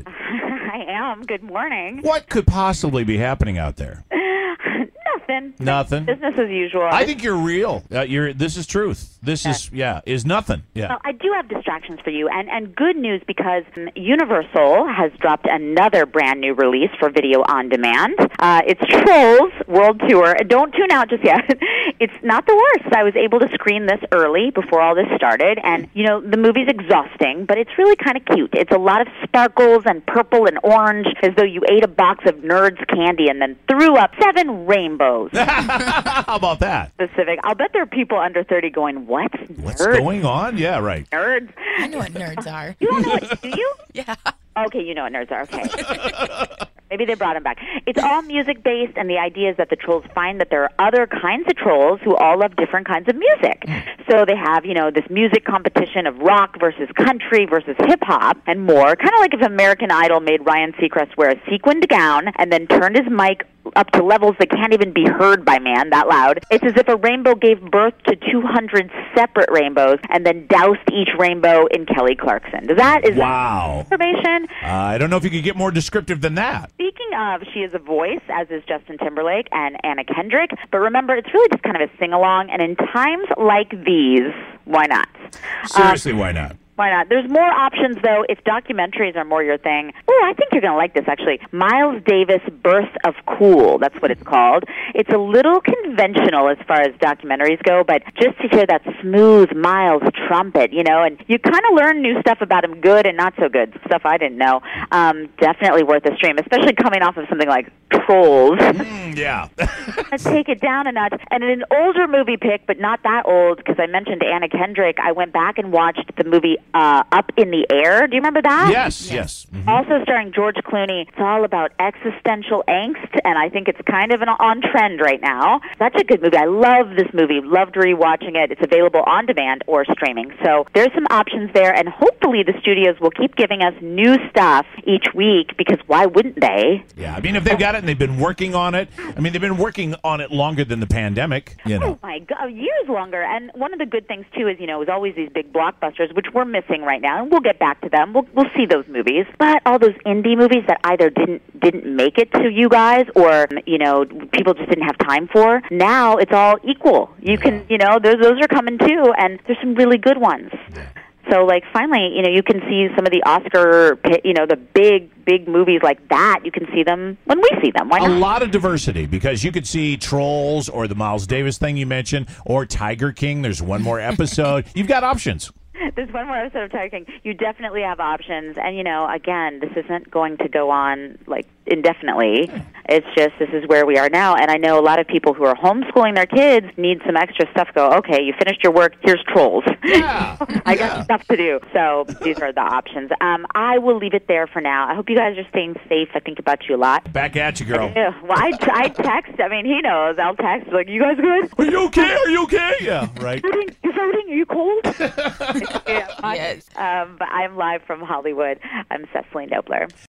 I am. Good morning. What could possibly be happening out there? Nothing. Nothing. Business as usual. I think you're real. Uh, you're. This is truth. This is yeah. Is nothing. Yeah. Well, I do have distractions for you, and, and good news because um, Universal has dropped another brand new release for video on demand. Uh, it's Trolls World Tour. Don't tune out just yet. It's not the worst. I was able to screen this early before all this started, and you know the movie's exhausting, but it's really kind of cute. It's a lot of sparkles and purple and orange, as though you ate a box of Nerds candy and then threw up seven rainbows. How about that? Specific. I'll bet there are people under thirty going, "What? What's Nerds? going on? Yeah. Right. nerds. I know what nerds are. You don't know what, do you? Yeah. Okay, you know what nerds are. Okay. Maybe they brought him back. It's all music based, and the idea is that the trolls find that there are other kinds of trolls who all love different kinds of music. So they have, you know, this music competition of rock versus country versus hip hop and more. Kind of like if American Idol made Ryan Seacrest wear a sequined gown and then turned his mic up to levels that can't even be heard by man that loud. It's as if a rainbow gave birth to 200 separate rainbows and then doused each rainbow in Kelly Clarkson. Does that is Wow. that information? Uh, I don't know if you could get more descriptive than that. Speaking of, she is a voice, as is Justin Timberlake and Anna Kendrick. But remember, it's really just kind of a sing along. And in times like these, why not? Seriously, why not? Why not? There's more options, though, if documentaries are more your thing. Oh, I think you're going to like this, actually. Miles Davis Birth of Cool. That's what it's called. It's a little conventional as far as documentaries go, but just to hear that smooth Miles trumpet, you know, and you kind of learn new stuff about him, good and not so good, stuff I didn't know. Um, definitely worth a stream, especially coming off of something like Trolls. Mm, yeah. Let's take it down a notch. And in an older movie pick, but not that old, because I mentioned Anna Kendrick, I went back and watched the movie uh, Up in the Air. Do you remember that? yes. Yes. Mhm. Also starring George Clooney. It's all about existential angst, and I think it's kind of an on trend right now. Such a good movie. I love this movie. Loved rewatching it. It's available on demand or streaming. So there's some options there, and hopefully the studios will keep giving us new stuff each week because why wouldn't they? Yeah. I mean, if they've got it and they've been working on it, I mean, they've been working on it longer than the pandemic. You know. Oh my god, years longer. And one of the good things too is, you know, it was always these big blockbusters, which we're missing right now, and we'll get back to them. We'll we'll see those movies, but all those indie movies that either didn't didn't make it to you guys, or you know, people just didn't have time for. Now it's all equal. You can, you know, those those are coming too, and there's some really good ones. So like finally, you know, you can see some of the Oscar, pi- you know, the big big movies like that. You can see them when we see them. Why a not? lot of diversity because you could see trolls or the Miles Davis thing you mentioned or Tiger King. There's one more episode. You've got options. There's one more episode of Tiger King. You definitely have options, and you know, again, this isn't going to go on like indefinitely. It's just this is where we are now, and I know a lot of people who are homeschooling their kids need some extra stuff. Go, okay, you finished your work. Here's trolls. Yeah. I got stuff to do. So these are the options. Um, I will leave it there for now. I hope you guys are staying safe. I think about you a lot. Back at you, girl. Yeah, well, I, I text. I mean, he knows. I'll text like, "You guys good? Are you okay? Are you okay? Yeah, right. Voting? You're voting? Are you cold?" yeah, Yes. Um, but I'm live from Hollywood. I'm Cecily Nobler.